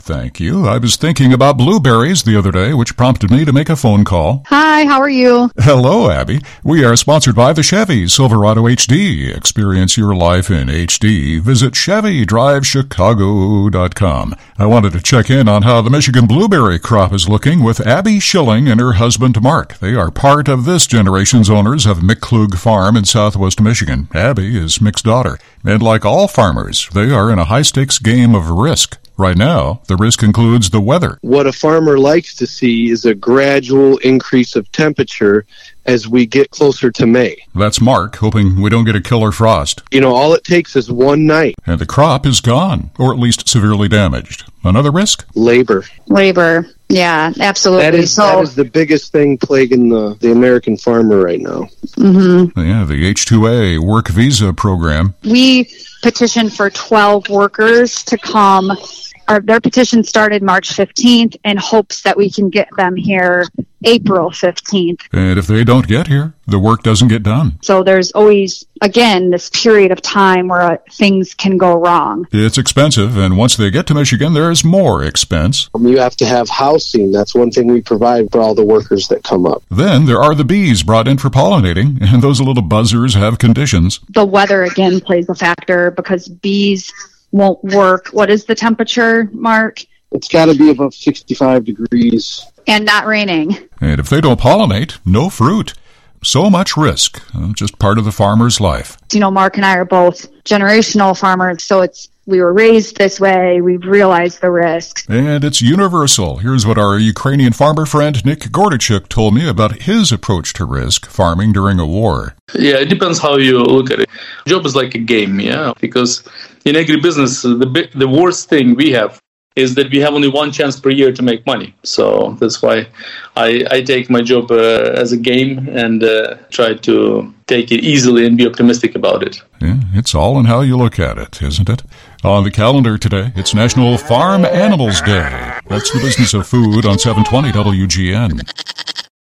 Thank you. I was thinking about blueberries the other day, which prompted me to make a phone call. Hi, how are you? Hello, Abby. We are sponsored by the Chevy Silverado HD. Experience your life in HD. Visit ChevyDriveChicago.com. I wanted to check in on how the Michigan blueberry crop is looking with Abby Schilling and her husband Mark. They are part of this generation's owners of McClug Farm in southwest Michigan. Abby is Mick's daughter. And like all farmers, they are in a high stakes game of risk. Right now, the risk includes the weather. What a farmer likes to see is a gradual increase of temperature as we get closer to May. That's Mark, hoping we don't get a killer frost. You know, all it takes is one night. And the crop is gone, or at least severely damaged. Another risk? Labor. Labor. Yeah, absolutely. That is, so, that is the biggest thing plaguing the, the American farmer right now. mhm. Yeah, the H2A work visa program. we petitioned for 12 workers to come. Our, their petition started March 15th in hopes that we can get them here April 15th. And if they don't get here, the work doesn't get done. So there's always, again, this period of time where uh, things can go wrong. It's expensive, and once they get to Michigan, there's more expense. Um, You have to have housing. That's one thing we provide for all the workers that come up. Then there are the bees brought in for pollinating, and those little buzzers have conditions. The weather, again, plays a factor because bees won't work. What is the temperature, Mark? It's got to be above 65 degrees. And not raining. And if they don't pollinate, no fruit. So much risk, uh, just part of the farmer's life. you know, Mark and I are both generational farmers, so it's we were raised this way. We realized the risks. And it's universal. Here's what our Ukrainian farmer friend Nick Gordichuk told me about his approach to risk farming during a war. Yeah, it depends how you look at it. Job is like a game, yeah, because in agribusiness, the big, the worst thing we have is that we have only one chance per year to make money. So that's why I, I take my job uh, as a game and uh, try to take it easily and be optimistic about it. Yeah, it's all in how you look at it, isn't it? On the calendar today, it's National Farm Animals Day. That's the business of food on 720 WGN.